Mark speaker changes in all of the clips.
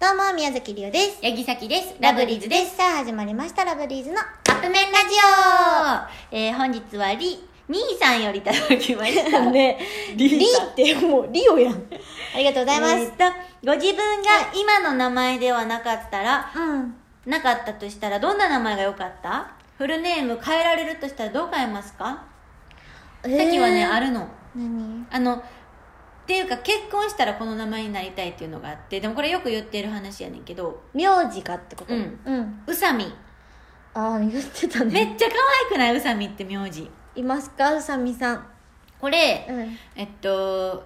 Speaker 1: どうも、宮崎りおです。
Speaker 2: 八木崎です。
Speaker 1: す。さあ、始まりました、ラブリーズの。
Speaker 2: カップ麺ラジオえー、本日はり、兄さんよりいただきました。
Speaker 1: ね、
Speaker 2: リーさん
Speaker 1: ってもう、リオやん。 ありがとうございま
Speaker 2: えー
Speaker 1: す
Speaker 2: っ。と、ご自分が今の名前ではなかったら、
Speaker 1: うん。
Speaker 2: なかったとしたら、どんな名前が良かったフルネーム変えられるとしたらどう変えますか、
Speaker 1: さ
Speaker 2: さっきはね、あ
Speaker 1: る。
Speaker 2: るの。
Speaker 1: 何
Speaker 2: あの、っていうか結婚したらこの名前になりたいっていうのがあって、でもこれよく言ってる話やねんけど、
Speaker 1: 名字かってこと
Speaker 2: うん。
Speaker 1: うん。
Speaker 2: う さみ。
Speaker 1: ああ、言ってた
Speaker 2: め
Speaker 1: ね。
Speaker 2: っちゃ可愛くないうさみって名字。
Speaker 1: いますか、うさみさん。
Speaker 2: これ、
Speaker 1: うん。
Speaker 2: えっと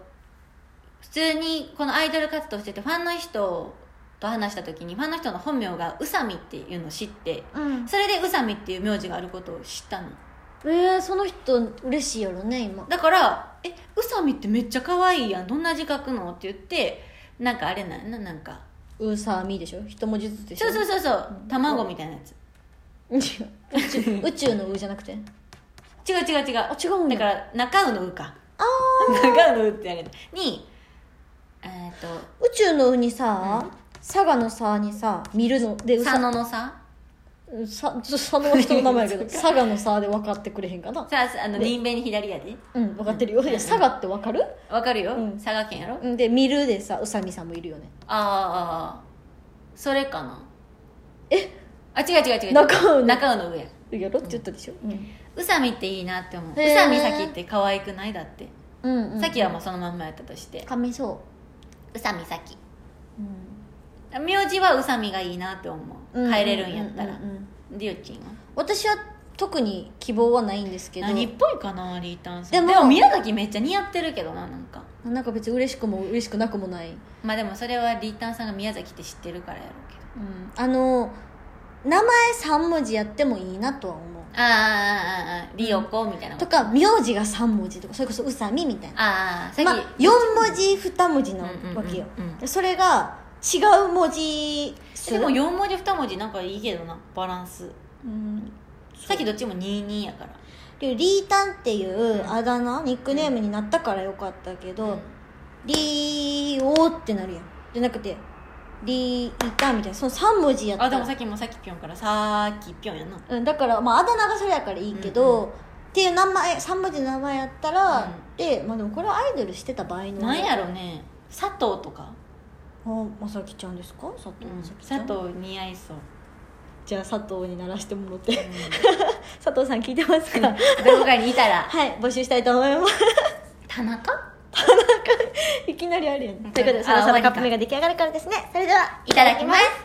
Speaker 2: 普通にこのアイドル活動しててファンの人と話した時にファンの人の本名が宇佐美っていうのを知って
Speaker 1: うん。
Speaker 2: それで宇佐美っていう名字があることを知ったの
Speaker 1: ええ、その人、嬉しいやろね、今。
Speaker 2: だから「え宇佐美ってめっちゃ可愛いやんどんな字書くの?」って言ってなんかあれなんななんか
Speaker 1: うさみでしょ一文字ずつでしょ
Speaker 2: そうそううそうそう卵みたいなやつ
Speaker 1: そう。 宇宙宇宙のうじゃなくて。
Speaker 2: 違う違う違う
Speaker 1: あ、違うん
Speaker 2: だ
Speaker 1: や
Speaker 2: から中うの「う」か
Speaker 1: あ
Speaker 2: 中うの「う」ってやれたにえっと
Speaker 1: 宇宙のうにさ、佐賀のさにさ、見るの。で、う
Speaker 2: 佐
Speaker 1: さ
Speaker 2: 野のさ
Speaker 1: さちょ佐野は人の名前やけ ど佐賀の佐で分かってくれへんかな
Speaker 2: さあの人弁に左やで
Speaker 1: うん分かってるよいや佐賀って分かる
Speaker 2: わかるよ、
Speaker 1: うん
Speaker 2: 佐賀県やろ
Speaker 1: うんで見るでさ宇佐美さんもいるよね
Speaker 2: ああそれかなえあ違う違う違う
Speaker 1: 中尾の
Speaker 2: 中尾の上
Speaker 1: やろって言ったでしょ、うん
Speaker 2: 宇佐美っていいなって思う宇
Speaker 1: へー
Speaker 2: 佐美咲って可愛くないだって、
Speaker 1: うん
Speaker 2: 咲はもうそのまんまやったとして
Speaker 1: 噛みそ
Speaker 2: 宇佐美咲
Speaker 1: う、うん
Speaker 2: 名字は宇佐美がいいなって思う変えれるんやったら
Speaker 1: うんうんうんうん
Speaker 2: りおちんは
Speaker 1: 私は特に希望はないんですけど
Speaker 2: 何っぽいかなリータンさ
Speaker 1: で
Speaker 2: ん
Speaker 1: も
Speaker 2: でも宮崎めっちゃ似合ってるけどななんか
Speaker 1: なんか別に嬉しくも嬉しくなくもない、
Speaker 2: まあでもそれはリータンさんが宮崎って知ってるからやろうけど
Speaker 1: うん、あの名前3文字やってもいいなとは思う
Speaker 2: あーあーあーあーリオコみたいなこと
Speaker 1: か名字が3文字とかそれこそ宇佐美みたいな
Speaker 2: ああさっき、
Speaker 1: まあ、4文字2文字なわけよ、
Speaker 2: うんうんうん
Speaker 1: それが違う文字数
Speaker 2: でも4文字2文字なんかいいけどなバランス
Speaker 1: うん
Speaker 2: さっきどっちも22やから
Speaker 1: でリータンっていう
Speaker 2: うん
Speaker 1: あだ名、ニックネームになったからよかったけど、
Speaker 2: うん
Speaker 1: リーオーってなるやんじゃなくてリータンみたいなその3文字やった
Speaker 2: あ
Speaker 1: ら
Speaker 2: でもさっきもさっきぴょんからさーきぴょんやな
Speaker 1: うん、だから、まあ、あだ名がそれやからいいけど、
Speaker 2: うん
Speaker 1: っていう名前3文字の名前やったら、
Speaker 2: うん
Speaker 1: で、まあ、でもこれはアイドルしてた場合の
Speaker 2: なんやろね佐藤とか、
Speaker 1: あまさきちゃんですか佐藤、まさきちゃ
Speaker 2: 佐
Speaker 1: ん
Speaker 2: 藤似合い そう、
Speaker 1: じゃあ佐藤にならしてもらって
Speaker 2: うん
Speaker 1: 佐藤さん聞いてますか
Speaker 2: どこかにいたら
Speaker 1: はい募集したいと思います
Speaker 2: 田中
Speaker 1: いきなりあるやん、
Speaker 2: うん
Speaker 1: ということでそろそ
Speaker 2: あ終わ
Speaker 1: ろ
Speaker 2: り
Speaker 1: カッ
Speaker 2: か
Speaker 1: プ麺が出来上がるからですねそれではい
Speaker 2: ただきます